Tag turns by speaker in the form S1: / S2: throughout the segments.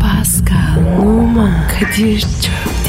S1: Pascal, Oman, Kadir çok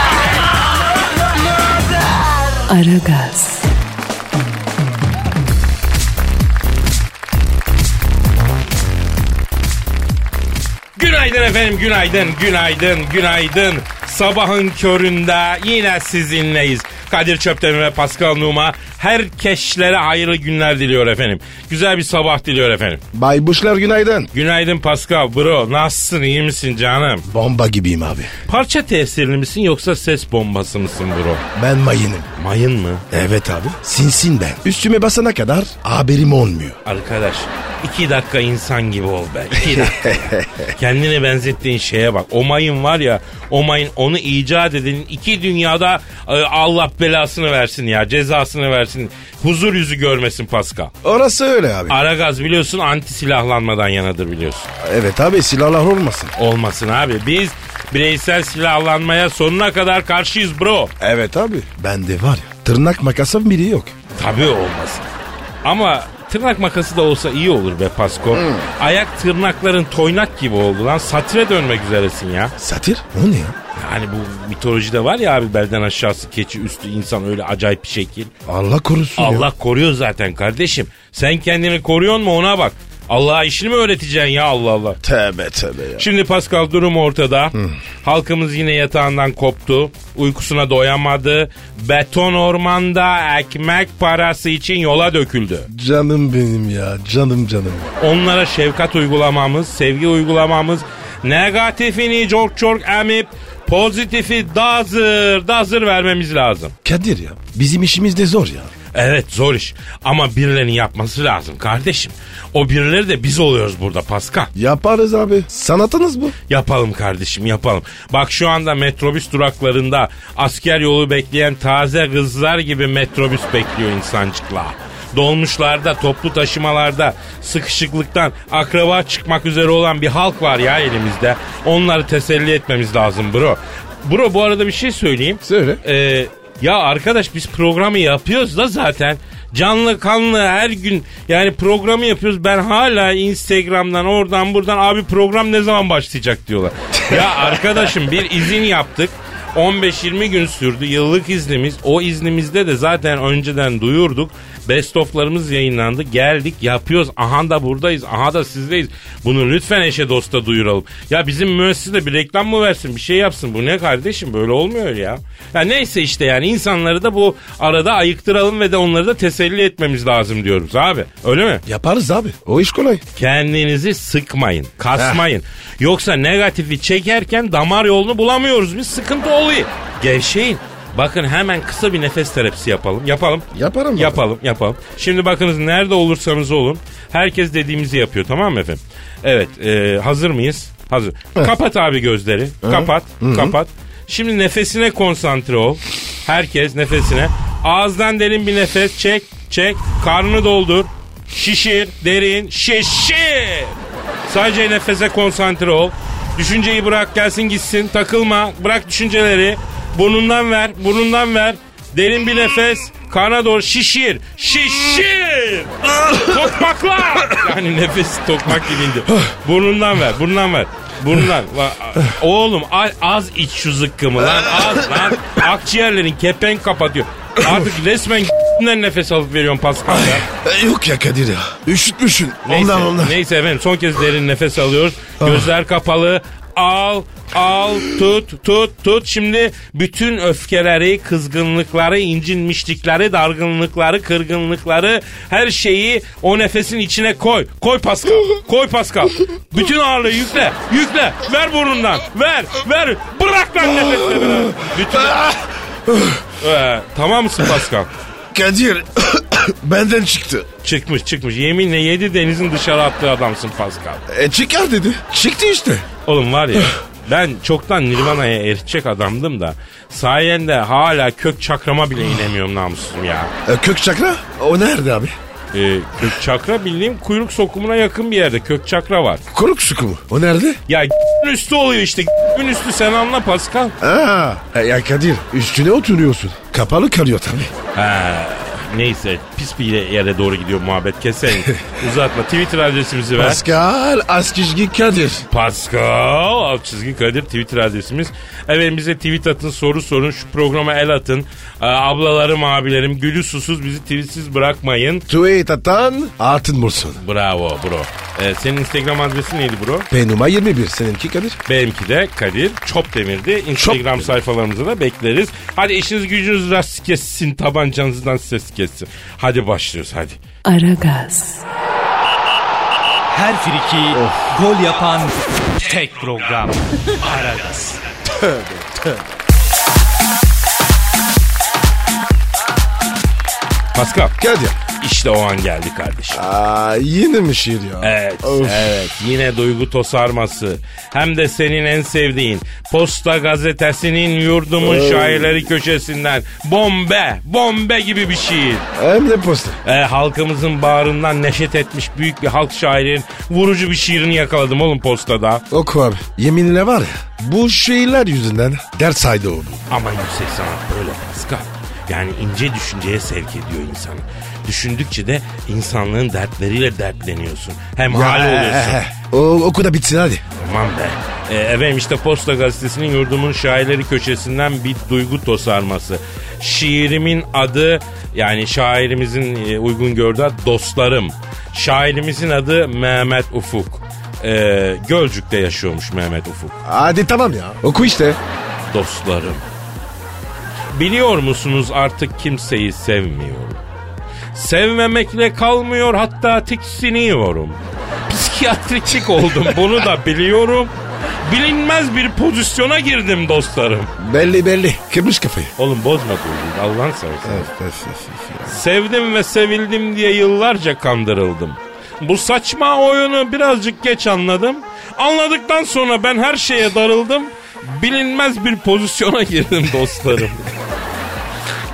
S1: Aragaz,
S2: Günaydın efendim, günaydın, günaydın, günaydın. Sabahın köründe yine sizinleyiz. Kadir Çöptemir ve Pascal Numa herkeşlere hayırlı günler diliyor efendim. Güzel bir sabah diliyor efendim.
S3: Baybuşlar günaydın.
S2: Günaydın Pascal, bro. Nasılsın, iyi misin canım?
S3: Bomba gibiyim abi.
S2: Parça tesirli misin yoksa ses bombası mısın bro?
S3: Ben mayınım.
S2: Mayın mı?
S3: Evet abi. Sinsin ben. Üstüme basana kadar haberim olmuyor.
S2: Arkadaş iki dakika insan gibi ol be. İki dakika. Kendine benzettiğin şeye bak. O mayın var ya o mayın onu icat edenin iki dünyada e, Allah belasını versin ya cezasını versin. Huzur yüzü görmesin Pascal.
S3: Orası öyle abi.
S2: Aragaz biliyorsun anti silahlanmadan yanadır biliyorsun.
S3: Evet abi silahlar olmasın.
S2: Olmasın abi biz bireysel silahlanmaya sonuna kadar karşıyız bro.
S3: Evet abi. Bende var ya. Tırnak makasım biri yok.
S2: Tabii olmasın. Ama tırnak makası da olsa iyi olur be Pasko. Ayak tırnakların toynak gibi oldu lan. Satire dönmek üzeresin ya.
S3: Satir? O ne ya?
S2: Yani bu mitolojide var ya abi belden aşağısı keçi üstü insan öyle acayip bir şekil.
S3: Allah korusun ya.
S2: Allah koruyor zaten kardeşim. Sen kendini koruyorsun mu ona bak. Allah'a işini mi öğreteceksin ya Allah Allah.
S3: Tövbe tövbe ya.
S2: Şimdi Pascal durum ortada. Halkımız yine yatağından koptu. Uykusuna doyamadı. Beton ormanda ekmek parası için yola döküldü.
S3: Canım benim ya. Canım canım.
S2: Onlara şefkat uygulamamız, sevgi uygulamamız, negatifini çok çok emip pozitifi dazır dazır vermemiz lazım.
S3: Kadir ya. Bizim işimiz de zor ya.
S2: Evet zor iş ama birilerinin yapması lazım kardeşim. O birileri de biz oluyoruz burada Pascal.
S3: Yaparız abi. Sanatınız bu.
S2: Yapalım kardeşim yapalım. Bak şu anda metrobüs duraklarında asker yolu bekleyen taze kızlar gibi metrobüs bekliyor insancıkla. Dolmuşlarda, toplu taşımalarda sıkışıklıktan akraba çıkmak üzere olan bir halk var ya elimizde. Onları teselli etmemiz lazım bro. Bro bu arada bir şey söyleyeyim.
S3: Söyle.
S2: Ee, ya arkadaş biz programı yapıyoruz da zaten. Canlı kanlı her gün yani programı yapıyoruz. Ben hala Instagram'dan oradan buradan abi program ne zaman başlayacak diyorlar. ya arkadaşım bir izin yaptık. 15-20 gün sürdü yıllık iznimiz. O iznimizde de zaten önceden duyurduk. Best of'larımız yayınlandı. Geldik yapıyoruz. Aha da buradayız. Aha da sizdeyiz. Bunu lütfen eşe dosta duyuralım. Ya bizim müessese de bir reklam mı versin? Bir şey yapsın. Bu ne kardeşim? Böyle olmuyor ya. Ya neyse işte yani insanları da bu arada ayıktıralım ve de onları da teselli etmemiz lazım diyoruz abi. Öyle mi?
S3: Yaparız abi. O iş kolay.
S2: Kendinizi sıkmayın. Kasmayın. Yoksa negatifi çekerken damar yolunu bulamıyoruz. Bir sıkıntı oluyor. Gevşeyin. Bakın hemen kısa bir nefes terapisi yapalım. Yapalım.
S3: Yaparım abi.
S2: Yapalım yapalım. Şimdi bakınız nerede olursanız olun. Herkes dediğimizi yapıyor tamam mı efendim? Evet e, hazır mıyız? Hazır. Kapat abi gözleri. Kapat. Kapat. Şimdi nefesine konsantre ol. Herkes nefesine. Ağızdan derin bir nefes çek. Çek. Karnını doldur. Şişir. Derin. Şişir. Sadece nefese konsantre ol. Düşünceyi bırak gelsin gitsin. Takılma. Bırak düşünceleri. Burnundan ver. Burnundan ver. Derin bir nefes. Kana doğru şişir. Şişir. Tokmakla. Yani nefesi tokmak gibi indi. Burnundan ver. Burnundan ver. Burnundan. Va- Oğlum a- az iç şu zıkkımı lan. Az lan. Akciğerlerin kepenk kapatıyor. Artık resmen nefes alıp veriyorum Pascal ya.
S3: E, Yok ya Kadir ya. Üşütmüşsün.
S2: Neyse,
S3: ondan ondan.
S2: neyse efendim son kez derin nefes alıyoruz. Gözler kapalı. Al, al, tut, tut, tut. Şimdi bütün öfkeleri, kızgınlıkları, incinmişlikleri, dargınlıkları, kırgınlıkları her şeyi o nefesin içine koy. Koy Pascal, koy Pascal. Bütün ağırlığı yükle, yükle. Ver burnundan, ver, ver. Bırak lan nefesini. biraz. Bütün... Ee, tamam mısın Pascal?
S3: Kadir benden çıktı.
S2: Çıkmış çıkmış. Yeminle yedi denizin dışarı attığı adamsın Pascal.
S3: E çıkar dedi. Çıktı işte.
S2: Oğlum var ya Ben çoktan Nirvana'ya eritecek adamdım da sayende hala kök çakrama bile inemiyorum namussuzum ya.
S3: E, kök çakra o nerede abi?
S2: Ee, kök çakra bildiğim kuyruk sokumuna yakın bir yerde kök çakra var.
S3: Koruk suku mu? O nerede?
S2: Ya üstü oluyor işte üstü sen anla Pascal.
S3: Aa, e, ya Kadir üstüne oturuyorsun. Kapalı kalıyor tabii.
S2: Ha, neyse pis bir yere doğru gidiyor muhabbet keselim. Uzatma Twitter adresimizi ver.
S3: Pascal Askizgi Kadir.
S2: Pascal alt çizgi Kadir Twitter adresimiz. Evet bize tweet atın soru sorun şu programa el atın. Ee, ablalarım abilerim gülü susuz bizi tweetsiz bırakmayın.
S3: Tweet atan altın bulsun.
S2: Bravo bro. Ee, senin instagram adresin neydi bro?
S3: Penuma 21 seninki Kadir.
S2: Benimki de Kadir Çopdemir'di. Instagram
S3: Çopdemir.
S2: sayfalarımıza da bekleriz. Hadi işiniz gücünüz rast kessin tabancanızdan ses kessin. Hadi başlıyoruz hadi.
S1: Aragaz,
S4: Her friki gol yapan tek program. Aragaz.
S2: Pascal
S3: Kadir.
S2: işte o an geldi kardeşim.
S3: Aa, yine mi şiir ya?
S2: Evet,
S3: Of.
S2: evet. Yine duygu tosarması. Hem de senin en sevdiğin Posta Gazetesi'nin yurdumun şairleri köşesinden bombe, bombe gibi bir şiir.
S3: Hem de posta.
S2: Ee, halkımızın bağrından neşet etmiş büyük bir halk şairinin vurucu bir şiirini yakaladım oğlum postada.
S3: Oku abi. Yeminle var ya bu şeyler yüzünden ders saydı o bu.
S2: Ama yüksek sanat böyle Pascal. Yani ince düşünceye sevk ediyor insanı. Düşündükçe de insanlığın dertleriyle dertleniyorsun. Hem hal oluyorsun.
S3: O, oku da bitsin hadi.
S2: Aman be. E, efendim işte Posta Gazetesi'nin yurdumun şairleri köşesinden bir duygu tosarması. Şiirimin adı yani şairimizin e, uygun gördüğü ad Dostlarım. Şairimizin adı Mehmet Ufuk. E, Gölcük'te yaşıyormuş Mehmet Ufuk.
S3: Hadi tamam ya. Oku işte.
S2: Dostlarım. Biliyor musunuz artık kimseyi sevmiyorum. Sevmemekle kalmıyor hatta tiksiniyorum. Psikiyatriklik oldum bunu da biliyorum. Bilinmez bir pozisyona girdim dostlarım.
S3: Belli belli. Kırmış kafayı.
S2: Oğlum bozma kurduğunu Allah'ın seversen.
S3: Öf, öf, öf, öf ya.
S2: Sevdim ve sevildim diye yıllarca kandırıldım. Bu saçma oyunu birazcık geç anladım. Anladıktan sonra ben her şeye darıldım. Bilinmez bir pozisyona girdim dostlarım.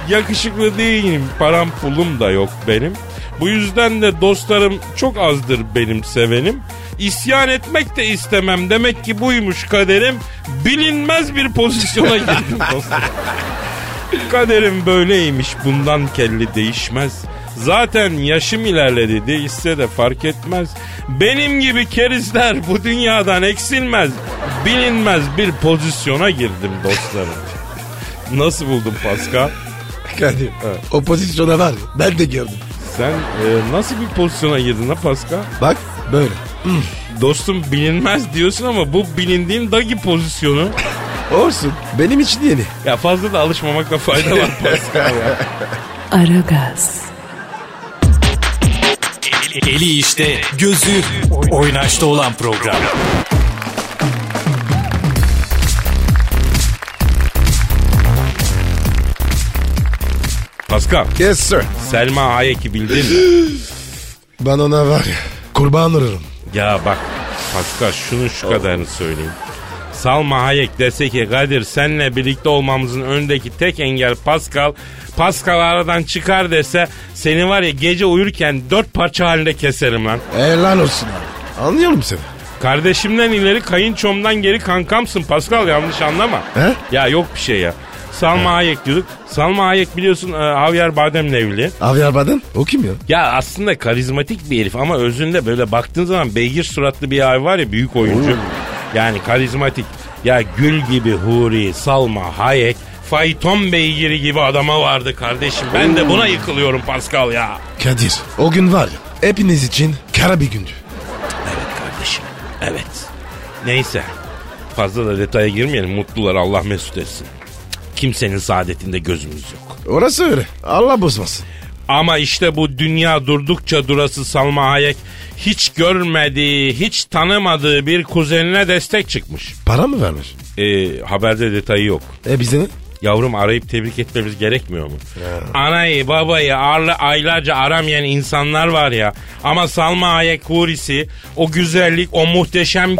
S2: Yakışıklı değilim, param pulum da yok benim. Bu yüzden de dostlarım çok azdır benim sevenim. İsyan etmek de istemem. Demek ki buymuş kaderim. Bilinmez bir pozisyona girdim dostlarım. Kaderim böyleymiş bundan kelli değişmez. Zaten yaşım ilerledi değişse de fark etmez. Benim gibi kerizler bu dünyadan eksilmez. Bilinmez bir pozisyona girdim dostlarım. Nasıl buldun Pascal?
S3: Kadir. O pozisyona var ya, Ben de gördüm.
S2: Sen e, nasıl bir pozisyona girdin ha Pascal?
S3: Bak böyle.
S2: Dostum bilinmez diyorsun ama bu bilindiğin dagi pozisyonu.
S3: Olsun. Benim için yeni.
S2: Ya fazla da alışmamakta fayda var Pascal ya.
S1: Aragaz,
S4: Eli işte, gözü oynaşta olan program.
S2: Pascal,
S3: Yes sir.
S2: Selma Hayek'i bildin mi?
S3: Ben ona var ya. Kurban olurum.
S2: Ya bak Pascal şunun şu kadarını söyleyeyim. Salma Hayek dese ki Kadir senle birlikte olmamızın önündeki tek engel Pascal. Pascal aradan çıkar dese seni var ya gece uyurken dört parça halinde keserim lan.
S3: Helal olsun abi. Anlıyorum seni.
S2: Kardeşimden ileri kayınçomdan geri kankamsın Pascal yanlış anlama.
S3: He?
S2: Ya yok bir şey ya. Salma Hayek diyorduk. Salma Hayek biliyorsun e, Javier Bardem'le evli.
S3: Abi Arbadan o kim ya?
S2: Ya aslında karizmatik bir herif ama özünde böyle baktığın zaman beygir suratlı bir abi var ya büyük oyuncu. Yani karizmatik. Ya gül gibi Huri, Salma, Hayek, Fayton beygiri gibi adama vardı kardeşim. Ben de buna yıkılıyorum Pascal ya.
S3: Kadir o gün var ya hepiniz için kara bir gündü.
S2: kardeşim. Evet. Neyse. Fazla da detaya girmeyelim. Mutlular Allah mesut etsin. Kimsenin saadetinde gözümüz yok.
S3: Orası öyle. Allah bozmasın.
S2: Ama işte bu dünya durdukça durası Salma Hayek hiç görmediği, hiç tanımadığı bir kuzenine destek çıkmış.
S3: Para mı vermiş?
S2: Ee, haberde detayı yok.
S3: E bize ne?
S2: Yavrum arayıp tebrik etmemiz gerekmiyor mu? Anayı babayı arlı aylarca aramayan insanlar var ya. Ama Salma Hayek Hurisi o güzellik, o muhteşem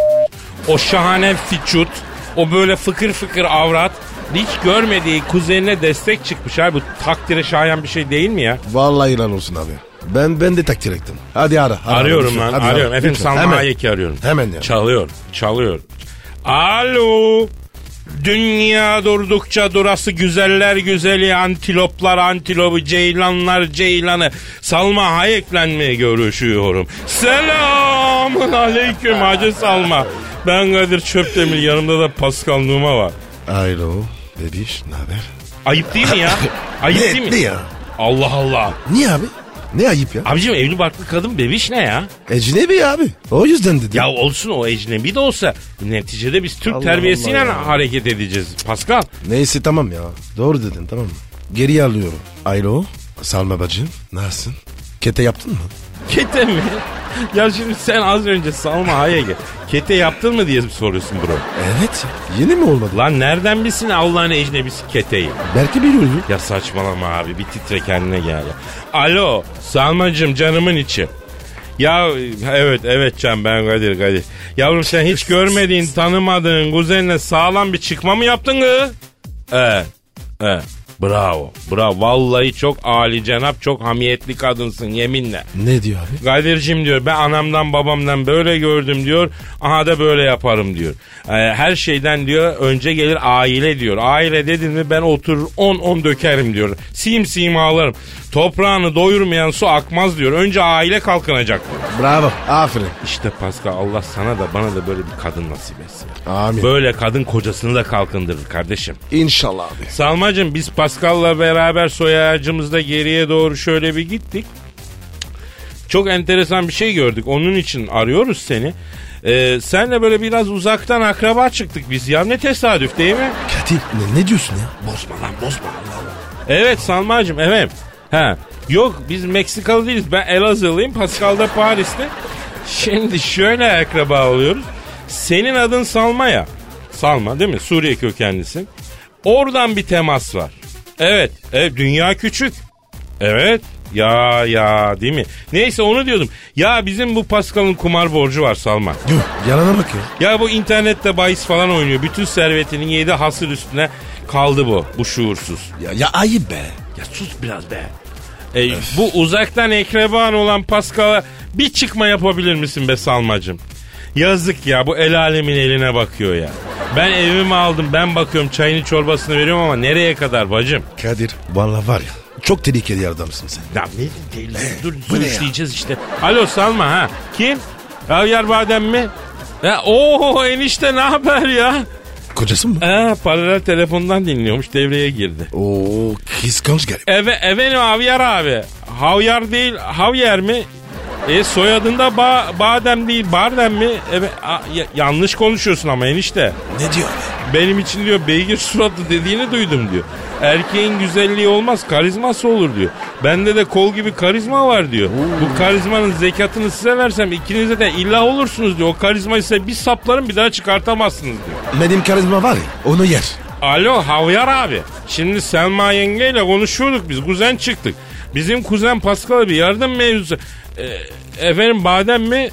S2: o şahane fiçut, O böyle fıkır fıkır avrat. Hiç görmediği kuzenine destek çıkmış abi. Bu takdire şayan bir şey değil mi ya?
S3: Vallahi lan olsun abi. Ben ben de takdir ettim. Hadi ara. ara
S2: Arıyorum lan.
S3: lütfen. Hadi
S2: arıyorum.
S3: ara.
S2: Efendim
S3: Lütfen.
S2: Salma
S3: Hemen.
S2: Hayek'i arıyorum.
S3: Hemen ya.
S2: Çalıyor. Çalıyor. Alo. Dünya durdukça durası güzeller güzeli antiloplar antilopu ceylanlar ceylanı Salma Hayek'le mi görüşüyorum? Selamun aleyküm Hacı Salma. Ben Kadir Çöptemir yanımda da Pascal Numa var.
S3: Alo. Bebiş ne haber?
S2: Ayıp değil mi ya? Ayıp
S3: Ne-
S2: değil mi?
S3: ne ya?
S2: Allah Allah.
S3: Niye abi? Ne ayıp ya?
S2: Abicim evli barklı kadın bebiş ne ya?
S3: Ecnebi abi. O yüzden dedim.
S2: Ya olsun o ecnebi de olsa neticede biz Türk
S3: Allah
S2: terbiyesiyle
S3: Allah ya.
S2: hareket edeceğiz. Pascal
S3: Neyse tamam ya. Doğru dedin tamam mı? Geri alıyorum. Alo. Salma bacım. Nasılsın? Kete yaptın mı?
S2: kete mi? ya şimdi sen az önce Salma Hayek'e kete yaptın mı diye soruyorsun bro.
S3: Evet. Yeni mi olmadı?
S2: Lan nereden bilsin Allah'ın ecnebisi keteyi?
S3: Belki biliyordu.
S2: Ya saçmalama abi bir titre kendine gel ya. Alo Salmacığım canımın içi. Ya evet evet Can ben Kadir Kadir. Yavrum sen hiç görmediğin tanımadığın kuzenine sağlam bir çıkma mı yaptın kız? Evet. Evet. Bravo. Bravo. Vallahi çok Ali cenap çok hamiyetli kadınsın yeminle.
S3: Ne diyor abi?
S2: Kadir'cim diyor ben anamdan babamdan böyle gördüm diyor. Aha da böyle yaparım diyor. Ee, her şeyden diyor önce gelir aile diyor. Aile dedin mi ben oturur 10-10 dökerim diyor. Sim sim ağlarım. Toprağını doyurmayan su akmaz diyor. Önce aile kalkınacak. diyor.
S3: Bravo. Aferin.
S2: İşte Pascal Allah sana da bana da böyle bir kadın nasip etsin.
S3: Amin.
S2: Böyle kadın kocasını da kalkındırır kardeşim.
S3: İnşallah abi.
S2: Salmacım biz Pascal'la beraber soy ağacımızda geriye doğru şöyle bir gittik. Çok enteresan bir şey gördük. Onun için arıyoruz seni. Ee, senle böyle biraz uzaktan akraba çıktık biz ya. Ne tesadüf değil mi?
S3: Kadir ne, ne diyorsun ya?
S2: Bozma lan bozma. Evet Salmacım evet. Ha. Yok biz Meksikalı değiliz. Ben Elazığlıyım. Pascal da Paris'te. Şimdi şöyle akraba oluyoruz. Senin adın Salma ya. Salma değil mi? Suriye kökenlisin. Oradan bir temas var. Evet. evet dünya küçük. Evet. Ya ya değil mi? Neyse onu diyordum. Ya bizim bu Pascal'ın kumar borcu var Salma.
S3: Yuh, yalana bak ya.
S2: Ya bu internette bahis falan oynuyor. Bütün servetinin yedi hasır üstüne kaldı bu. Bu şuursuz.
S3: Ya, ya ayıp be.
S2: Ya sus biraz be. E, bu uzaktan ekreban olan Pascal'a bir çıkma yapabilir misin be Salmacım? Yazık ya bu el alemin eline bakıyor ya. Ben evimi aldım ben bakıyorum çayını çorbasını veriyorum ama nereye kadar bacım?
S3: Kadir vallahi var ya. Çok tehlikeli adamsın sen.
S2: Ya Eh, ne değil lan, dur
S3: bu ne ya?
S2: suçlayacağız işte. Alo Salma ha kim? Havyar Badem mi? Ya, ooo enişte ne haber ya?
S3: Kocası mı?
S2: Ee, paralel telefondan dinliyormuş devreye girdi.
S3: Oo kıskanç garip.
S2: Eve, efendim Havyar abi. Havyar değil Havyer mi? E soyadında ba, Badem değil Bardem mi? Eve, a- ya- yanlış konuşuyorsun ama enişte.
S3: Ne diyor abi?
S2: Benim için diyor beygir suratlı dediğini duydum diyor. Erkeğin güzelliği olmaz karizması olur diyor. Bende de kol gibi karizma var diyor. Bu karizmanın zekatını size versem ikinize de illa olursunuz diyor. O karizmayı size bir saplarım bir daha çıkartamazsınız diyor.
S3: Benim karizma var ya onu yer.
S2: Alo Havyar abi. Şimdi Selma yengeyle konuşuyorduk biz. Kuzen çıktık. Bizim kuzen Pascal bir yardım mevzusu. E, efendim badem mi?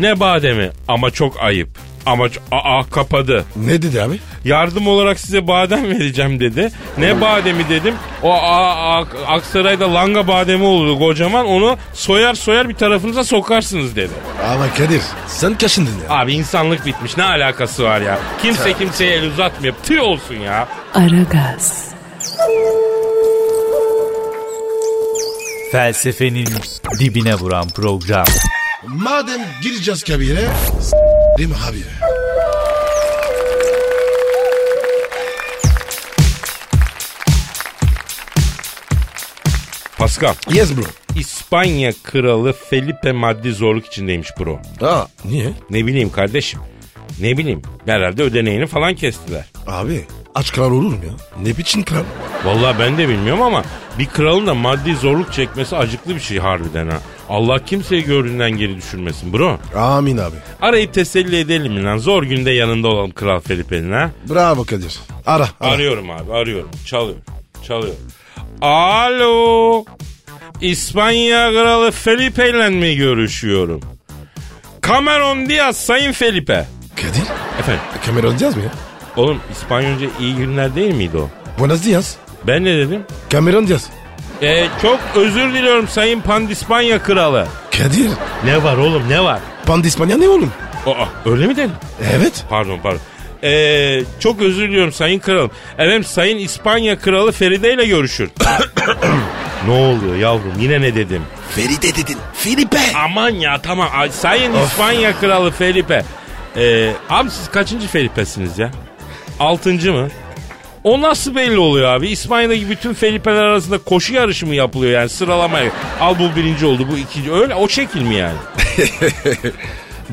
S2: Ne bademi? Ama çok ayıp. Ama ç- aa kapadı.
S3: Ne dedi abi?
S2: Yardım olarak size badem vereceğim dedi. Ne bademi dedim. O aa, aa, Aksaray'da langa bademi olurdu kocaman. Onu soyar soyar bir tarafınıza sokarsınız dedi.
S3: Ama Kadir sen kaşındın ya.
S2: Abi insanlık bitmiş. Ne alakası var ya? Kimse kimseye el uzatmıyor. Tüy olsun ya.
S1: Aragaz,
S4: Felsefenin dibine vuran program.
S3: Madem gireceğiz kabire değil mi abi?
S2: Pascal.
S3: Yes bro.
S2: İspanya kralı Felipe maddi zorluk içindeymiş bro.
S3: Aa niye?
S2: Ne bileyim kardeşim. Ne bileyim. Herhalde ödeneğini falan kestiler.
S3: Abi aç kral olur mu ya? Ne biçim kral?
S2: Vallahi ben de bilmiyorum ama bir kralın da maddi zorluk çekmesi acıklı bir şey harbiden ha. Allah kimseyi gördüğünden geri düşürmesin bro.
S3: Amin abi.
S2: Arayıp teselli edelim mi lan? Zor günde yanında olalım kral Felipe'nin ha.
S3: Bravo Kadir. Ara. ara.
S2: Arıyorum abi arıyorum. Çalıyor. Çalıyor. Alo. İspanya kralı Felipe ile mi görüşüyorum? Cameron Diaz Sayın Felipe.
S3: Kadir
S2: Efendim
S3: kamera alacağız mı ya?
S2: Oğlum İspanyolca iyi günler değil miydi o?
S3: Buenos dias.
S2: Ben ne dedim?
S3: Cameron dias.
S2: E, çok özür diliyorum Sayın Pandispanya Kralı.
S3: Kadir.
S2: Ne var oğlum ne var?
S3: Pandispanya ne oğlum?
S2: Aa, öyle mi dedin?
S3: Evet.
S2: Pardon pardon. E, çok özür diliyorum Sayın Kralım. Efendim Sayın İspanya Kralı Feride ile görüşür. ne oluyor yavrum yine ne dedim?
S3: Feride dedin. Filipe.
S2: Aman ya tamam. Ay, Sayın İspanya Kralı Felipe. Ee, abi siz kaçıncı Felipesiniz ya? Altıncı mı? O nasıl belli oluyor abi? İspanya'daki bütün Felipe'ler arasında koşu yarışı mı yapılıyor yani sıralamaya? Al bu birinci oldu bu ikinci öyle o şekil mi yani?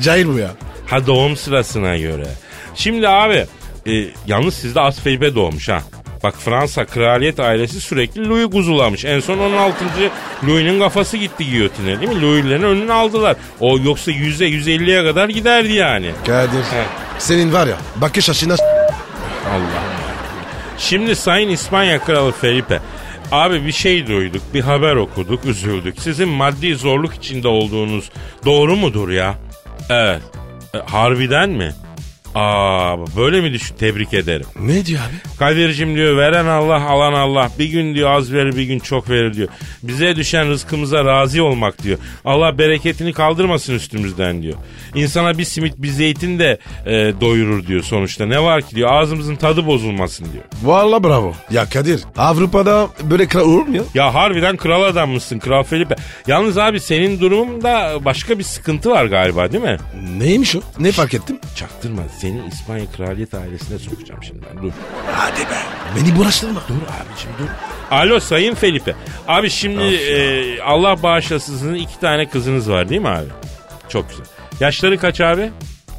S3: Cahil bu ya.
S2: Ha doğum sırasına göre. Şimdi abi e, yalnız sizde az Felipe doğmuş ha. Bak Fransa kraliyet ailesi sürekli Louis guzulamış. En son 16. Louis'nin kafası gitti giyotine değil mi? Louis'lerin önünü aldılar. O yoksa 100'e 150'ye kadar giderdi yani.
S3: Kadir.
S2: He.
S3: Senin var ya bakış açına
S2: Allah. Şimdi Sayın İspanya Kralı Felipe. Abi bir şey duyduk, bir haber okuduk, üzüldük. Sizin maddi zorluk içinde olduğunuz doğru mudur ya? Evet. E, harbiden mi? Aa böyle mi düşün? Tebrik ederim.
S3: Ne diyor abi?
S2: Kadir'cim diyor veren Allah alan Allah. Bir gün diyor az verir bir gün çok verir diyor. Bize düşen rızkımıza razı olmak diyor. Allah bereketini kaldırmasın üstümüzden diyor. İnsana bir simit bir zeytin de e, doyurur diyor sonuçta. Ne var ki diyor ağzımızın tadı bozulmasın diyor.
S3: Valla bravo. Ya Kadir Avrupa'da böyle kral olur mu ya?
S2: Ya harbiden kral adam mısın Kral Felipe? Yalnız abi senin durumunda başka bir sıkıntı var galiba değil mi?
S3: Neymiş o? Ne fark ettim?
S2: Çaktırma seni İspanya kraliyet ailesine sokacağım şimdi ben dur.
S3: Hadi be. Beni bulaştırma. Dur
S2: Alo Sayın Felipe. Abi şimdi e, Allah bağışlasın sizin iki tane kızınız var değil mi abi? Çok güzel. Yaşları kaç abi?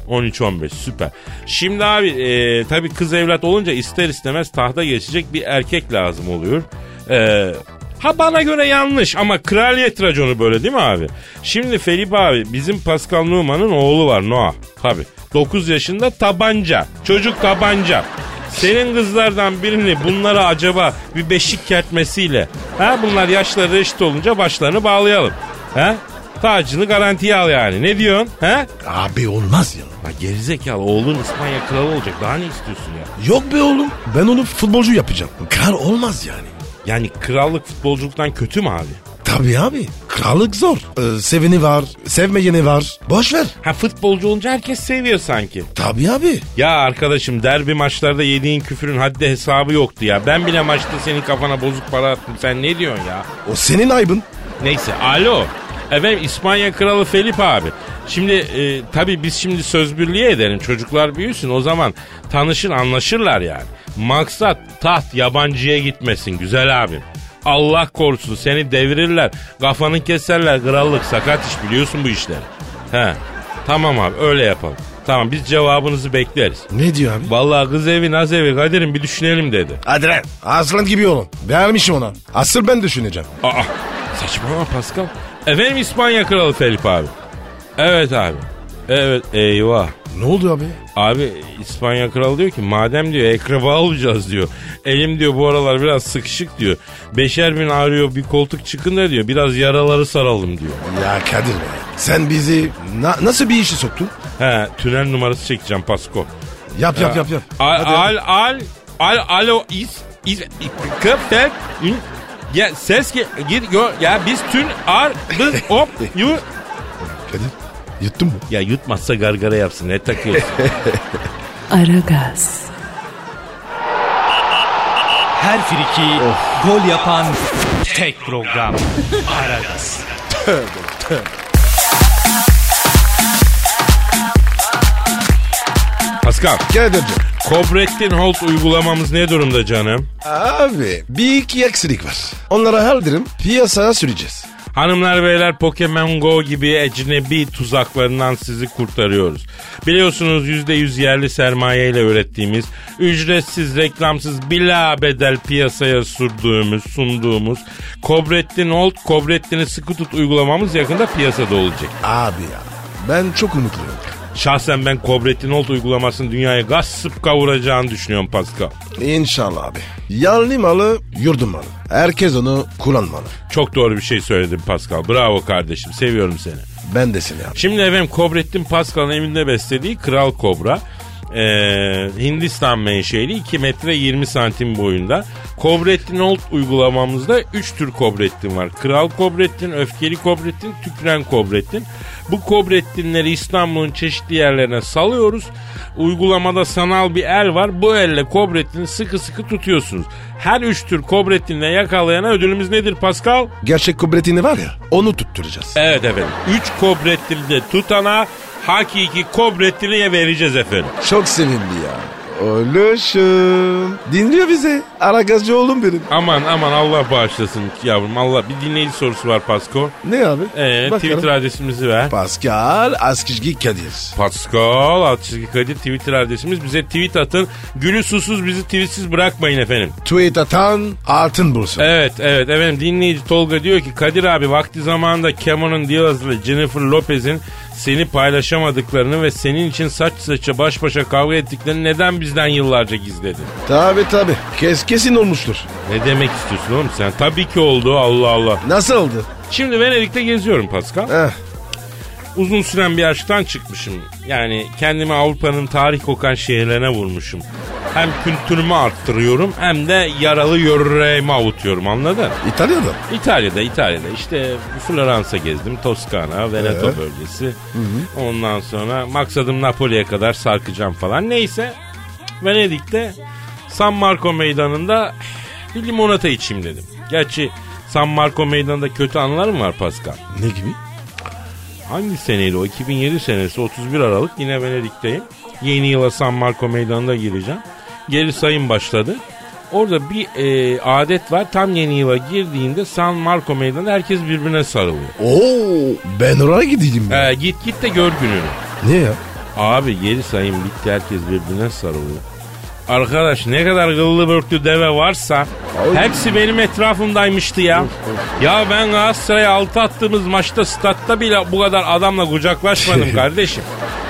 S2: 13-15 süper. Şimdi abi e, tabii kız evlat olunca ister istemez tahta geçecek bir erkek lazım oluyor. E, ha bana göre yanlış ama kraliyet raconu böyle değil mi abi? Şimdi Felipe abi bizim Pascal Numan'ın oğlu var Noah. Tabii 9 yaşında tabanca. Çocuk tabanca. Senin kızlardan birini bunlara acaba bir beşik kertmesiyle ha bunlar yaşları eşit olunca başlarını bağlayalım. Ha? Tacını garantiye al yani. Ne diyorsun? Ha?
S3: Abi olmaz ya.
S2: Ha gerizekalı oğlun İspanya kralı olacak. Daha ne istiyorsun ya?
S3: Yok be oğlum. Ben onu futbolcu yapacağım. Kral olmaz yani.
S2: Yani krallık futbolculuktan kötü mü abi?
S3: Tabii abi. Krallık zor. Ee, seveni var, sevmeyeni var. Boş ver.
S2: Ha futbolcu olunca herkes seviyor sanki.
S3: Tabii abi.
S2: Ya arkadaşım derbi maçlarda yediğin küfürün haddi hesabı yoktu ya. Ben bile maçta senin kafana bozuk para attım. Sen ne diyorsun ya?
S3: O senin aybın.
S2: Neyse alo. Efendim İspanya Kralı Felipe abi. Şimdi e, tabii biz şimdi sözbirliğe edelim. Çocuklar büyüsün o zaman tanışır anlaşırlar yani. Maksat taht yabancıya gitmesin güzel abim. Allah korusun seni devirirler. Kafanı keserler krallık sakat iş biliyorsun bu işleri. He tamam abi öyle yapalım. Tamam biz cevabınızı bekleriz.
S3: Ne diyor abi?
S2: Vallahi kız evi naz evi Kadir'im bir düşünelim dedi.
S3: Hadi lan. Aslan gibi oğlum. Vermişim ona. Asıl ben düşüneceğim.
S2: Aa saçmalama Pascal. Efendim İspanya Kralı Felipe abi. Evet abi. Evet eyvah.
S3: Ne oldu abi?
S2: Abi İspanya Kralı diyor ki madem diyor ekraba olacağız diyor. Elim diyor bu aralar biraz sıkışık diyor. Beşer bin ağrıyor bir koltuk çıkın da diyor. Biraz yaraları saralım diyor.
S3: Ya Kadir be. Sen bizi na- nasıl bir işe soktun?
S2: He tünel numarası çekeceğim Pasko.
S3: Yap yap yap yap.
S2: Al
S3: Hadi abi.
S2: al al al alo is is köfte ün- ya ses ki git gör ya biz tün ar biz hop yu
S3: Kadir. Yuttun mu?
S2: Ya yutmazsa gargara yapsın ne takıyorsun?
S1: Aragaz.
S4: Her friki gol yapan tek program. Aragaz.
S2: Pascal,
S3: Kadir'cim.
S2: Kobrettin Holt uygulamamız ne durumda canım?
S3: Abi bir iki eksilik var. Onlara haldirim piyasaya süreceğiz.
S2: Hanımlar beyler Pokemon Go gibi ecnebi tuzaklarından sizi kurtarıyoruz. Biliyorsunuz %100 yerli sermaye ile ürettiğimiz, ücretsiz, reklamsız, bila bedel piyasaya sürdüğümüz, sunduğumuz Kobrettin Holt, Kobrettin'i sıkı tut uygulamamız yakında piyasada olacak.
S3: Abi ya ben çok umutluyum.
S2: Şahsen ben Kobrettin Holt uygulamasını dünyaya gasp kavuracağını düşünüyorum Pascal.
S3: İnşallah abi. Yerli malı yurdum malı. Herkes onu kullanmalı.
S2: Çok doğru bir şey söyledin Pascal. Bravo kardeşim. Seviyorum seni.
S3: Ben de seni abi.
S2: Şimdi efendim Kobrettin Pascal'ın evinde beslediği Kral Kobra Ee, Hindistan menşeli 2 metre 20 santim boyunda. Kobrettin Old uygulamamızda 3 tür kobrettin var. Kral kobrettin, öfkeli kobrettin, tükren kobrettin. Bu kobrettinleri İstanbul'un çeşitli yerlerine salıyoruz. Uygulamada sanal bir el var. Bu elle kobrettini sıkı sıkı tutuyorsunuz. Her üç tür kobrettinle yakalayana ödülümüz nedir Pascal?
S3: Gerçek kubretini var ya onu tutturacağız.
S2: Evet efendim. 3 kobrettini de tutana hakiki kobrettiniye vereceğiz efendim.
S3: Çok sevindi ya. Oğluşum. Dinliyor bizi. Ara gazcı oğlum benim.
S2: Aman aman Allah bağışlasın yavrum Allah. Bir dinleyici sorusu var Pasko.
S3: Ne abi?
S2: Ee,
S3: Bakalım.
S2: Twitter adresimizi ver.
S3: Pascal Askizgi Kadir.
S2: Pascal Altçizgi Kadir Twitter adresimiz. Bize tweet atın. Gülü susuz bizi tweetsiz bırakmayın efendim.
S3: Tweet atan altın bulsun.
S2: Evet evet efendim dinleyici Tolga diyor ki Kadir abi vakti zamanında Cameron Diaz ile Jennifer Lopez'in seni paylaşamadıklarını ve senin için saç saça baş başa kavga ettiklerini neden bizden yıllarca gizledin?
S3: Tabi tabi. Kes, kesin olmuştur.
S2: Ne demek istiyorsun oğlum sen? Tabii ki oldu Allah Allah.
S3: Nasıl oldu?
S2: Şimdi Venedik'te geziyorum Pascal.
S3: Heh.
S2: Uzun süren bir aşktan çıkmışım. Yani kendimi Avrupa'nın tarih kokan şehirlerine vurmuşum. Hem kültürümü arttırıyorum hem de yaralı yüreğimi avutuyorum anladın?
S3: İtalya'da.
S2: İtalya'da İtalya'da işte Floransa gezdim. Toskana, Veneto
S3: Ee?
S2: bölgesi. Ondan sonra maksadım Napoli'ye kadar sarkacağım falan. Neyse Venedik'te San Marco meydanında bir limonata içeyim dedim. Gerçi San Marco meydanında kötü anılar mı var Pascal?
S3: Ne gibi?
S2: Hangi seneydi o? 2007 senesi 31 Aralık yine Venedik'teyim. Yeni yıla San Marco Meydanı'nda gireceğim. Geri sayım başladı. Orada bir e, adet var. Tam yeni yıla girdiğinde San Marco Meydanı'nda herkes birbirine sarılıyor.
S3: Oo, ben oraya gideyim ya.
S2: E, git git de gör gününü.
S3: Niye ya?
S2: Abi geri sayım bitti herkes birbirine sarılıyor. Arkadaş ne kadar gıllı börklü deve varsa hepsi benim etrafımdaymıştı ya. Ya ben Galatasaray'a altı attığımız maçta statta bile bu kadar adamla kucaklaşmadım kardeşim.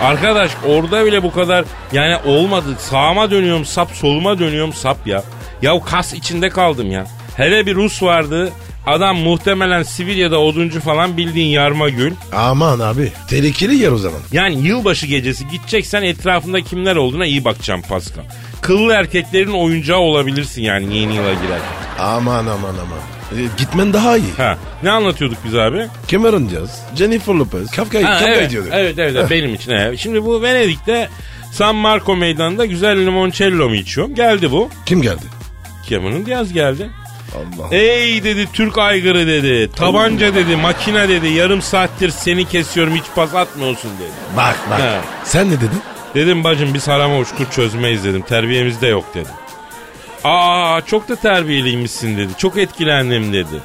S2: Arkadaş orada bile bu kadar yani olmadı. Sağıma dönüyorum sap soluma dönüyorum sap ya. Ya kas içinde kaldım ya. Hele bir Rus vardı. Adam muhtemelen Sibirya'da oduncu falan bildiğin yarma gül.
S3: Aman abi. Tehlikeli yer o zaman.
S2: Yani yılbaşı gecesi gideceksen etrafında kimler olduğuna iyi bakacaksın Pascal. Kıllı erkeklerin oyuncağı olabilirsin yani yeni yıla girerken.
S3: Aman aman aman. E, gitmen daha iyi.
S2: Ha, ne anlatıyorduk biz abi?
S3: Cameron Diaz, Jennifer Lopez, Kafka,
S2: Ha,
S3: Kafka
S2: evet,
S3: diyordu.
S2: evet, evet, evet, benim için. evet. Şimdi bu Venedik'te San Marco meydanında güzel limoncello mu içiyorum? Geldi bu.
S3: Kim geldi?
S2: Cameron Diaz geldi.
S3: Allah.
S2: Ey dedi Türk aygırı dedi. Tabanca dedi, makine dedi. Yarım saattir seni kesiyorum hiç pas atmıyorsun dedi.
S3: bak bak.
S2: Ha.
S3: Sen ne dedin?
S2: Dedim bacım biz harama uçkur çözmeyiz dedim. Terbiyemizde yok dedim. Aa çok da terbiyeliymişsin dedi. Çok etkilendim dedi.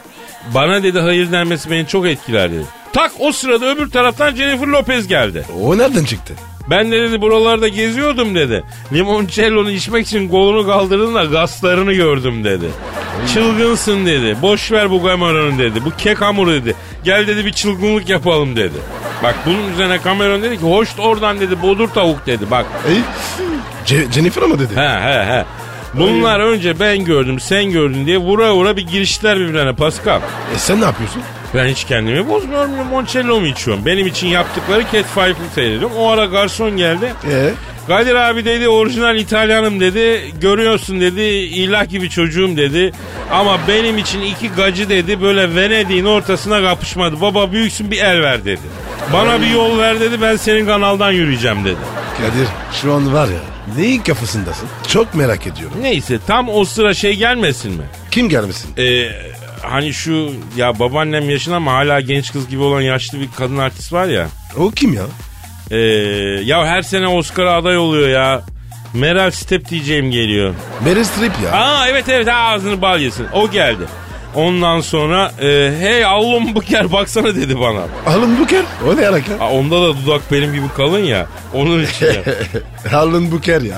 S2: Bana dedi hayır denmesi beni çok etkiler dedi. Tak o sırada öbür taraftan Jennifer Lopez geldi.
S3: O nereden çıktı?
S2: Ben de dedi buralarda geziyordum dedi. Limoncello'nu içmek için kolunu kaldırdın da gaslarını gördüm dedi. Çılgınsın dedi. Boş ver bu Cameron'u dedi. Bu kek hamuru dedi. Gel dedi bir çılgınlık yapalım dedi. Bak bunun üzerine Cameron dedi ki hoş oradan dedi bodur tavuk dedi. Bak
S3: Ey, E? Ce- Jennifer mı dedi?
S2: He he he. Bunlar önce ben gördüm sen gördün diye vura vura bir girişler birbirine Pascal.
S3: E, sen ne yapıyorsun?
S2: Ben hiç kendimi bozmuyorum limoncello mu içiyorum. Benim için yaptıkları Cat Five'ı seyrediyorum. O ara garson geldi.
S3: E,
S2: Kadir abi dedi orijinal İtalyanım dedi. Görüyorsun dedi ilah gibi çocuğum dedi. Ama benim için iki gacı dedi böyle Venedik'in ortasına kapışmadı. Baba büyüksün bir el ver dedi. Bana bir yol ver dedi ben senin kanaldan yürüyeceğim dedi.
S3: Kadir şu an var ya neyin kafasındasın? Çok merak ediyorum.
S2: Neyse tam o sıra şey gelmesin mi?
S3: Kim gelmesin?
S2: Ee, hani şu ya babaannem yaşında ama hala genç kız gibi olan yaşlı bir kadın artist var ya.
S3: E, O kim ya?
S2: Ee, ya her sene Oscar'a aday oluyor ya. Meral Step diyeceğim geliyor.
S3: Meryl Streep ya.
S2: Aa evet evet ha, ağzını bal yesin. O geldi. Ondan sonra e, hey Allah'ım bu ker baksana dedi bana.
S3: Alın Buker. O ne alaka?
S2: Aa, onda da dudak benim gibi kalın ya. Onun için. ya.
S3: Alın Buker ya.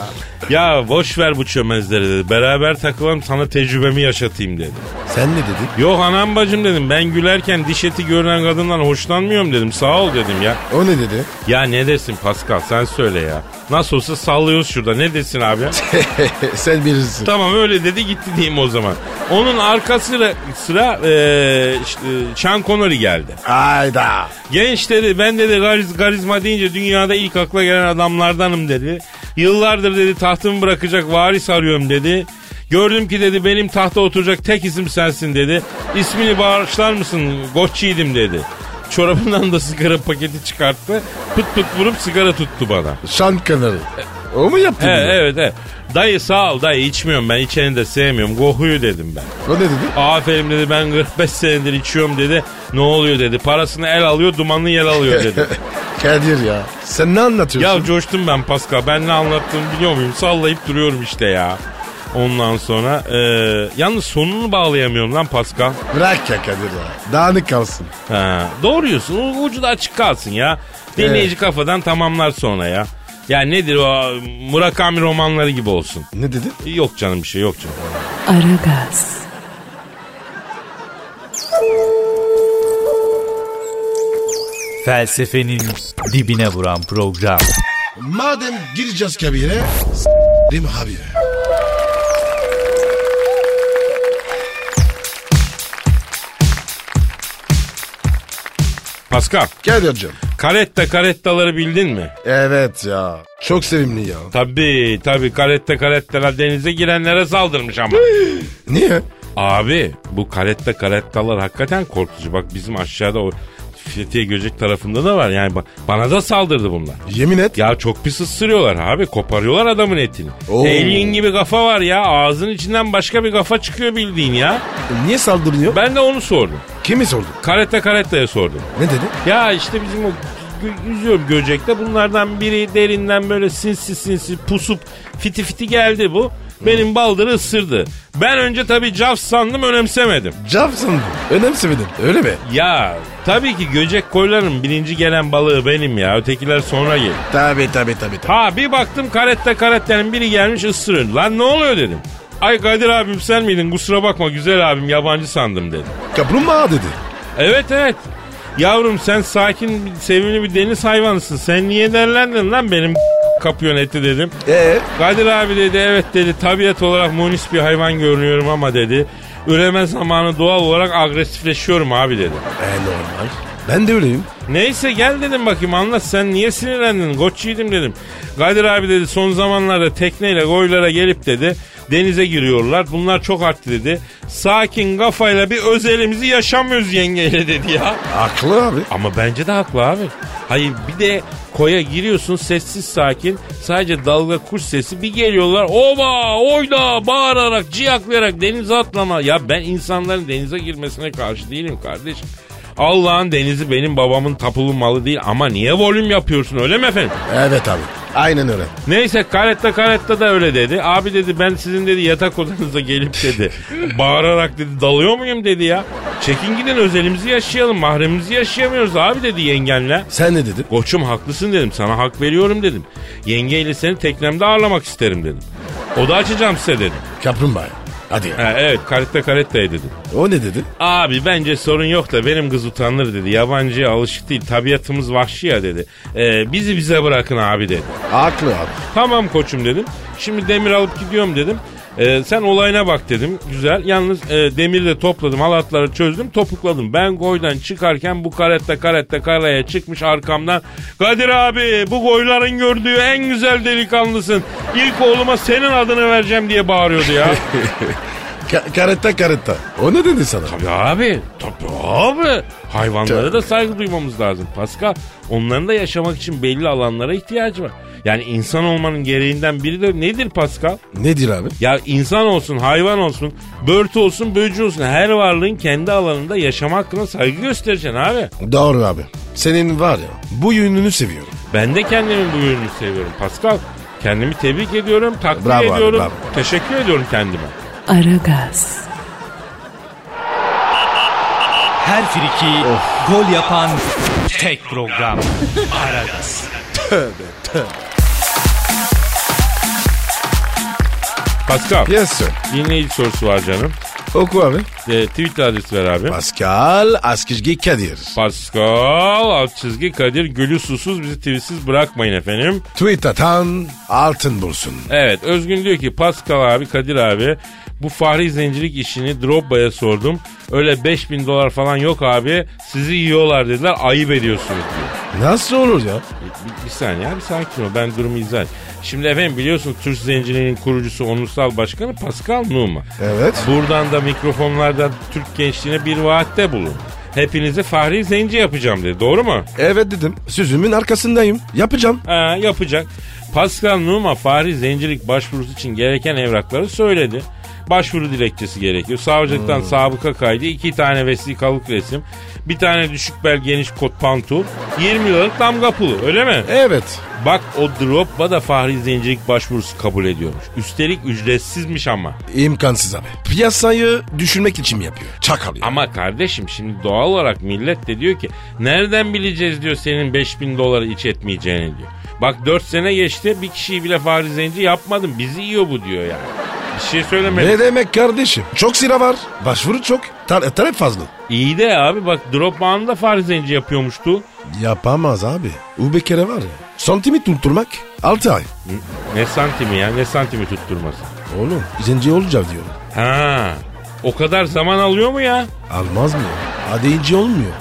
S2: ya boş ver bu çömezleri dedi. Beraber takılalım sana tecrübemi yaşatayım dedi.
S3: Sen ne dedin?
S2: Yok anam bacım dedim ben gülerken diş eti görünen kadından hoşlanmıyorum dedim sağ ol dedim ya.
S3: O ne dedi?
S2: Ya ne desin Pascal sen söyle ya. Nasıl olsa sallıyoruz şurada ne desin abi ya?
S3: sen bilirsin.
S2: tamam öyle dedi gitti diyeyim o zaman. Onun arkası sıra, sıra eee, işte, Sean Connery geldi.
S3: Hayda.
S2: Genç dedi ben dedi gariz, karizma deyince dünyada ilk akla gelen adamlardanım dedi. Yıllardır dedi tahtımı bırakacak varis arıyorum dedi. Gördüm ki dedi benim tahta oturacak tek isim sensin dedi. İsmini bağışlar mısın Goç yiğidim dedi. Çorabından da sigara paketi çıkarttı. Pıt pıt vurup sigara tuttu bana.
S3: Şan kenarı. O mu yaptı?
S2: Evet,
S3: bunu?
S2: evet evet. Dayı sağ ol dayı içmiyorum ben içeni de sevmiyorum. Gohuyu dedim ben.
S3: O ne dedi?
S2: Aferin dedi ben 45 senedir içiyorum dedi. Ne oluyor dedi. Parasını el alıyor dumanlı yer alıyor dedi.
S3: Kadir ya. Sen ne anlatıyorsun?
S2: ya coştum ben Pascal. Ben ne anlattığımı biliyor muyum? Sallayıp duruyorum işte ya. Ondan sonra e, yalnız sonunu bağlayamıyorum lan Pascal.
S3: Bırak ya Kadir ya. Dağınık kalsın.
S2: Ha, doğruyorsun. U- ucu da açık kalsın ya. Dinleyici kafadan tamamlar sonra ya. Ya nedir o Murakami romanları gibi olsun.
S3: Ne dedi?
S2: Yok canım bir şey yok canım.
S1: Aragaz,
S4: Felsefenin dibine vuran program.
S3: Madem gireceğiz kabire, s**rim abi.
S2: Pascal,
S3: Kadir'cim.
S2: karetta karettaları bildin mi?
S3: Evet ya. Çok sevimli ya.
S2: Tabii tabii karette karettalar denize girenlere saldırmış ama.
S3: Niye?
S2: Abi bu karette karettalar hakikaten korkutucu. Bak bizim aşağıda o Fethiye Göcek tarafında da var. Yani ba- bana da saldırdı bunlar.
S3: Yemin et.
S2: Ya çok pis ısırıyorlar abi. Koparıyorlar adamın etini.
S3: Oo.
S2: Alien gibi kafa var ya. Ağzın içinden başka bir kafa çıkıyor bildiğin ya.
S3: Niye saldırıyor?
S2: Ben de onu sordum.
S3: Kimi sordu?
S2: Karette karettaya sordum.
S3: Ne dedi?
S2: Ya işte bizim o gö- yüzüyorum göcekte bunlardan biri derinden böyle sinsi sinsi pusup fiti fiti geldi bu. Benim baldırı ısırdı. Ben önce tabii caf sandım önemsemedim.
S3: Johnson. Önemsemedin. Öyle mi?
S2: Ya tabii ki göcek koylarım birinci gelen balığı benim ya. Ötekiler sonra gelir.
S3: Tabi tabi tabi. tabi.
S2: Ha bir baktım karette karettenin biri gelmiş ısırır. Lan ne oluyor dedim. Ay Kadir abim sen miydin kusura bakma güzel abim yabancı sandım dedim.
S3: Kaplumbağa dedi.
S2: Evet evet. Yavrum sen sakin, sevimli bir deniz hayvanısın. Sen niye derlendin lan benim kapıyorsun eti dedim.
S3: Ee?
S2: Kadir abi dedi evet dedi tabiat olarak munis bir hayvan görünüyorum ama dedi. Üreme zamanı doğal olarak agresifleşiyorum abi dedi.
S3: E normal. Ben de öyleyim.
S2: Neyse gel dedim bakayım anlat sen niye sinirlendin koç yiğidim dedim. Kadir abi dedi son zamanlarda tekneyle koylara gelip dedi denize giriyorlar bunlar çok arttı dedi. Sakin kafayla bir özelimizi yaşamıyoruz yengeyle dedi ya.
S3: Aklı abi.
S2: Ama bence de haklı abi. Hayır bir de koya giriyorsun sessiz sakin sadece dalga kuş sesi bir geliyorlar oba oyla bağırarak ciyaklayarak denize atlama. Ya ben insanların denize girmesine karşı değilim kardeş. Allah'ın denizi benim babamın tapulu malı değil ama niye volüm yapıyorsun öyle mi efendim?
S3: Evet abi. Aynen öyle.
S2: Neyse karetta karetta da öyle dedi. Abi dedi ben sizin dedi yatak odanıza gelip dedi bağırarak dedi dalıyor muyum dedi ya. Çekin gidin özelimizi yaşayalım mahremimizi yaşayamıyoruz abi dedi yengenle.
S3: Sen ne dedin?
S2: Koçum haklısın dedim sana hak veriyorum dedim. Yengeyle seni teknemde ağırlamak isterim dedim. Oda açacağım size dedim.
S3: Kaplumbağa. Hadi ya.
S2: Ha, evet karetta karettaya dedim.
S3: O ne dedi?
S2: Abi bence sorun yok da benim kız utanır dedi. Yabancıya alışık değil tabiatımız vahşi ya dedi. "Ee, bizi bize bırakın abi dedi.
S3: Aklı abi.
S2: Tamam koçum dedim. Şimdi demir alıp gidiyorum dedim. Ee, sen olayına bak dedim. Güzel. Yalnız e, demiri de topladım. Halatları çözdüm. Topukladım. Ben goydan çıkarken bu karetta karetta karaya çıkmış arkamdan. Kadir abi bu goyların gördüğü en güzel delikanlısın. İlk oğluma senin adını vereceğim diye bağırıyordu ya.
S3: Ka- karetta karetta. O ne dedi sana?
S2: tabii abi. Tabii abi. Hayvanlara
S3: Tabii.
S2: da saygı duymamız lazım. Pascal onların da yaşamak için belli alanlara ihtiyacı var. Yani insan olmanın gereğinden biri de nedir Pascal?
S3: Nedir abi?
S2: Ya insan olsun, hayvan olsun, börtü olsun, böcü olsun her varlığın kendi alanında yaşama hakkına saygı göstereceksin abi.
S3: Doğru abi. Senin var ya bu yönünü seviyorum.
S2: Ben de kendimi bu yönünü seviyorum Pascal. Kendimi tebrik ediyorum, takdir
S3: Bravo abi,
S2: ediyorum.
S3: bravo.
S2: Teşekkür ediyorum kendime.
S1: Aragaz,
S4: Her friki gol yapan tek program. Aragaz.
S2: Pascal,
S3: Yes sir.
S2: dinleyici sorusu var canım.
S3: Oku abi.
S2: Ee, Twitter adresi ver abi.
S3: Pascal Askizgi Kadir.
S2: Pascal alt çizgi Kadir Gülü susuz bizi tweetsiz bırakmayın efendim.
S3: Tweet atan altın bulsun.
S2: Evet Özgün diyor ki Pascal abi Kadir abi Bu fahri zencilik işini Drogba'ya sordum. Öyle 5000 dolar falan yok abi. Sizi yiyorlar dediler. Ayıp ediyorsunuz diyor.
S3: Nasıl olur ya?
S2: Bir, bir saniye abi sakin ol. Ben durumu izah edeyim. Şimdi efendim biliyorsun Türk zenciliğinin kurucusu onursal başkanı Pascal Numa.
S3: Evet.
S2: Buradan da mikrofonlarda Türk gençliğine bir vaatte bulun. Hepinizi fahri zenci yapacağım dedi. Doğru mu?
S3: Evet dedim. Sözümün arkasındayım. Yapacağım.
S2: Ha, Ee, yapacak. Pascal Numa Fahri Zencilik başvurusu için gereken evrakları söyledi. Başvuru dilekçesi gerekiyor. Savcılıktan sabıka kaydı. iki tane vesikalık resim. Bir tane düşük bel geniş kot pantul. 20 liralık damga pulu öyle mi?
S3: Evet.
S2: Bak o Dropba da Fahri Zencilik başvurusu kabul ediyormuş. Üstelik ücretsizmiş ama.
S3: İmkansız abi. Piyasayı düşünmek için mi yapıyor? Çakal ya.
S2: Ama kardeşim şimdi doğal olarak millet de diyor ki nereden bileceğiz diyor senin 5000 doları iç etmeyeceğini diyor. Bak 4 sene geçti bir kişiyi bile Fahri Zenci yapmadım bizi yiyor bu diyor yani. Bir şey söyleme.
S3: Ne demek kardeşim? Çok sıra var. Başvuru çok. Ta- talep fazla.
S2: İyi de abi bak drop da Fahri Zenci yapıyormuştu.
S3: Yapamaz abi. O bir kere var ya. Santimi tutturmak 6 ay.
S2: Ne santimi ya ne santimi tutturması.
S3: Oğlum zenci olacak diyor.
S2: Ha o kadar zaman alıyor mu ya?
S3: Almaz mı ya? Hadi ince olmuyor.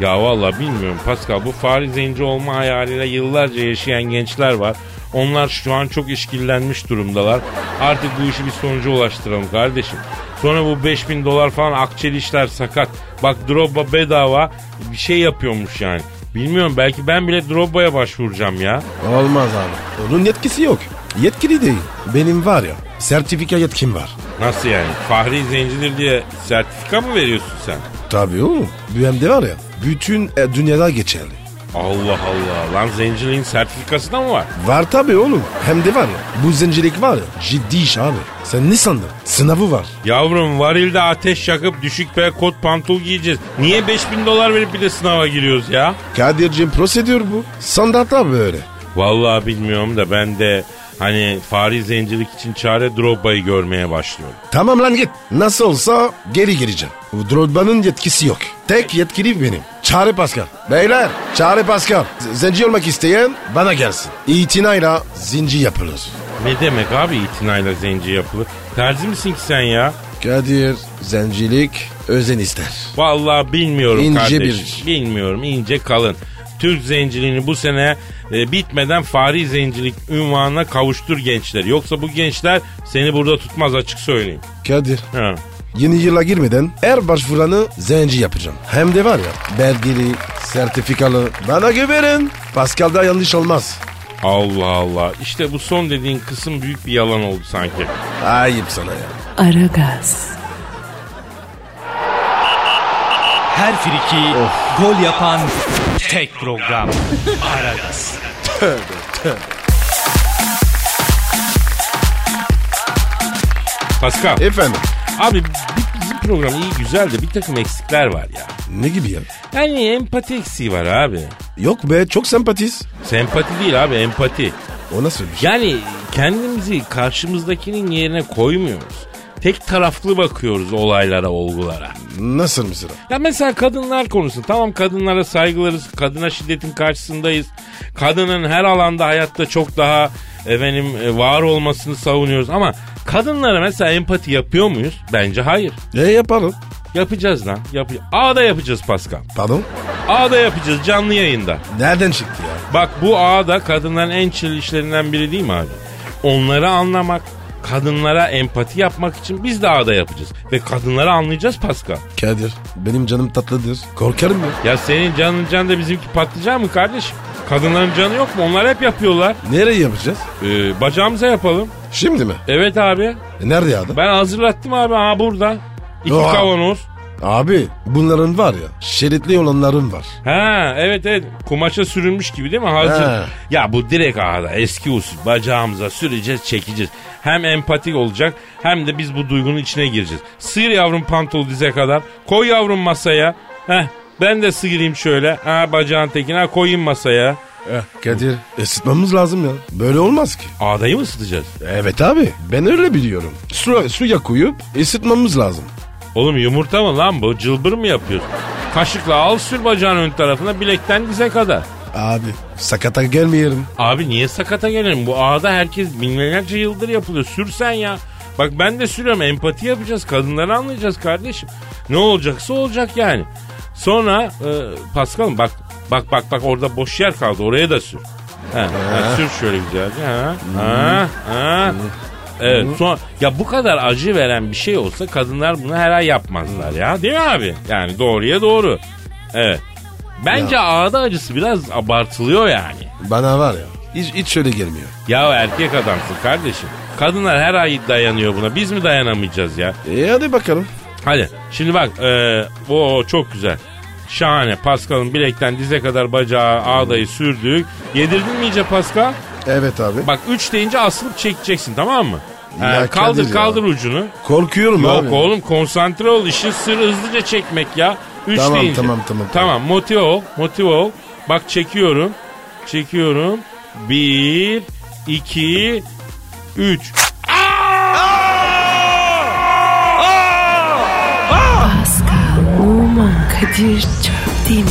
S2: Ya valla bilmiyorum Pascal bu Fahri Zenci olma hayaliyle yıllarca yaşayan gençler var. Onlar şu an çok işkillenmiş durumdalar. Artık bu işi bir sonuca ulaştıralım kardeşim. Sonra bu 5000 dolar falan akçeli işler sakat. Bak Drogba bedava bir şey yapıyormuş yani. Bilmiyorum belki ben bile Drogba'ya başvuracağım ya.
S3: Olmaz abi. Onun yetkisi yok. Yetkili değil. Benim var ya. Sertifika yetkim var.
S2: Nasıl yani? Fahri Zencidir diye sertifika mı veriyorsun sen?
S3: Tabii oğlum. Büyemde var ya. Bütün e, dünyada geçerli.
S2: Allah Allah. Lan zenciliğin sertifikası da mı var?
S3: Var tabii oğlum. Hem de var ya. Bu zencilik var ya. Ciddi iş abi. Sen ne sandın? Sınavı var.
S2: Yavrum varilde ateş yakıp düşük bel kot pantul giyeceğiz. Niye 5000 dolar verip bir de sınava giriyoruz ya?
S3: Kadir'cim prosedür bu. Standartlar böyle.
S2: Vallahi bilmiyorum da ben de hani fari zencilik için çare Drogba'yı görmeye başlıyorum.
S3: Tamam lan git. Nasıl olsa geri gireceğim. Bu Drogba'nın yetkisi yok. Tek yetkili benim. Çağrı Pascal. Beyler Çağrı Pascal. Z- Zenci olmak isteyen bana gelsin. İtinayla zinci yapılır.
S2: Ne demek abi itinayla zenci yapılır? Terzi misin ki sen ya?
S3: Kadir zencilik özen ister.
S2: Vallahi bilmiyorum
S3: İnce
S2: kardeşim.
S3: bir-
S2: Bilmiyorum ince kalın. Türk zenciliğini bu sene e, bitmeden fari zencilik ünvanına kavuştur gençleri. Yoksa bu gençler seni burada tutmaz açık söyleyeyim.
S3: Kadir
S2: Ha.
S3: yeni yıla girmeden her başvuranı zenci yapacağım. Hem de var ya belgeli, sertifikalı. Bana güvenin. Pascal'da yanlış olmaz.
S2: Allah Allah. İşte bu son dediğin kısım büyük bir yalan oldu sanki.
S3: Ayıp sana ya.
S1: Aragaz,
S4: Her friki gol yapan tek program. Aragaz.
S2: Pascal.
S3: Efendim
S2: Abi bi- bizim program iyi güzel de bir takım eksikler var ya.
S3: ne gibi ya?
S2: Yani empati eksiği var abi.
S3: Yok be çok sempatiz.
S2: Sempati değil abi empati.
S3: O nasıl bir şey?
S2: Yani kendimizi karşımızdakinin yerine koymuyoruz. Tek taraflı bakıyoruz olaylara, olgulara.
S3: Nasıl mesela?
S2: Ya mesela kadınlar konusu. Tamam kadınlara saygılarız. Kadına şiddetin karşısındayız. Kadının her alanda hayatta çok daha efendim e, var olmasını savunuyoruz ama kadınlara mesela empati yapıyor muyuz? Bence hayır.
S3: E yapalım.
S2: Yapacağız lan. Yapacağız. A'da yapacağız Pascal.
S3: Pardon?
S2: A'da yapacağız canlı yayında.
S3: Nereden çıktı ya?
S2: Bak bu ağda kadınların en çil işlerinden biri değil mi abi? Onları anlamak, kadınlara empati yapmak için biz de ağda yapacağız. Ve kadınları anlayacağız Pascal.
S3: Kadir benim canım tatlıdır. Korkarım ya.
S2: Ya senin canın can da bizimki patlayacak mı kardeşim? Kadınların canı yok mu? Onlar hep yapıyorlar.
S3: Nereye yapacağız?
S2: Ee, bacağımıza yapalım.
S3: Şimdi mi?
S2: Evet abi.
S3: E, nerede adam?
S2: Ben hazırlattım abi. Ha burada. İki
S3: Oha.
S2: kavanoz.
S3: Abi bunların var ya şeritli olanların var.
S2: Ha evet evet. Kumaşa sürülmüş gibi değil mi? Hazır.
S3: He.
S2: Ya bu direkt ağda eski usul. Bacağımıza süreceğiz çekeceğiz. Hem empatik olacak hem de biz bu duygunun içine gireceğiz. Sıyır yavrum pantol dize kadar. Koy yavrum masaya. Heh ben de sıyırayım şöyle. Ha bacağın tekine ha, koyayım masaya.
S3: Kadir ısıtmamız lazım ya. Böyle olmaz ki.
S2: Ağdayı mı ısıtacağız?
S3: Evet abi ben öyle biliyorum. Su, suya koyup ısıtmamız lazım.
S2: Oğlum yumurta mı lan bu? Cılbır mı yapıyorsun? Kaşıkla al sür bacağın ön tarafına bilekten dize kadar.
S3: Abi sakata gelmeyelim.
S2: Abi niye sakata gelirim? Bu ağda herkes binlerce yıldır yapılıyor. Sürsen ya. Bak ben de sürüyorum empati yapacağız. Kadınları anlayacağız kardeşim. Ne olacaksa olacak yani. Sonra e, Paskal'ım bak bak bak bak orada boş yer kaldı oraya da sür. Ha, ha, sür şöyle güzelce. Ha, ha, ha. Evet sonra ya bu kadar acı veren bir şey olsa kadınlar bunu her ay yapmazlar ya değil mi abi? Yani doğruya doğru. Evet. Bence ağda acısı biraz abartılıyor yani.
S3: Bana var ya hiç, hiç şöyle gelmiyor.
S2: Ya erkek adamsın kardeşim. Kadınlar her ay dayanıyor buna. Biz mi dayanamayacağız ya?
S3: E hadi bakalım.
S2: Hadi şimdi bak e, o çok güzel. Şahane. Pascal'ın bilekten dize kadar bacağı ağdayı sürdük. Yedirdin mi iyice Pascal?
S3: Evet abi.
S2: Bak 3 deyince asılıp çekeceksin tamam mı? E,
S3: Ya Kadir
S2: kaldır
S3: ya.
S2: kaldır ucunu.
S3: Korkuyorum
S2: Yok
S3: abi.
S2: oğlum konsantre ol. İşin sırrı hızlıca çekmek ya. Üç
S3: Tamam,
S2: deyince.
S3: tamam, tamam, tamam.
S2: Tamam motive ol. Motive ol. Bak çekiyorum. Çekiyorum. Bir, iki, üç.
S1: Pascal, Oman, Kadir çok değil mi?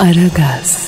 S1: Aragaz.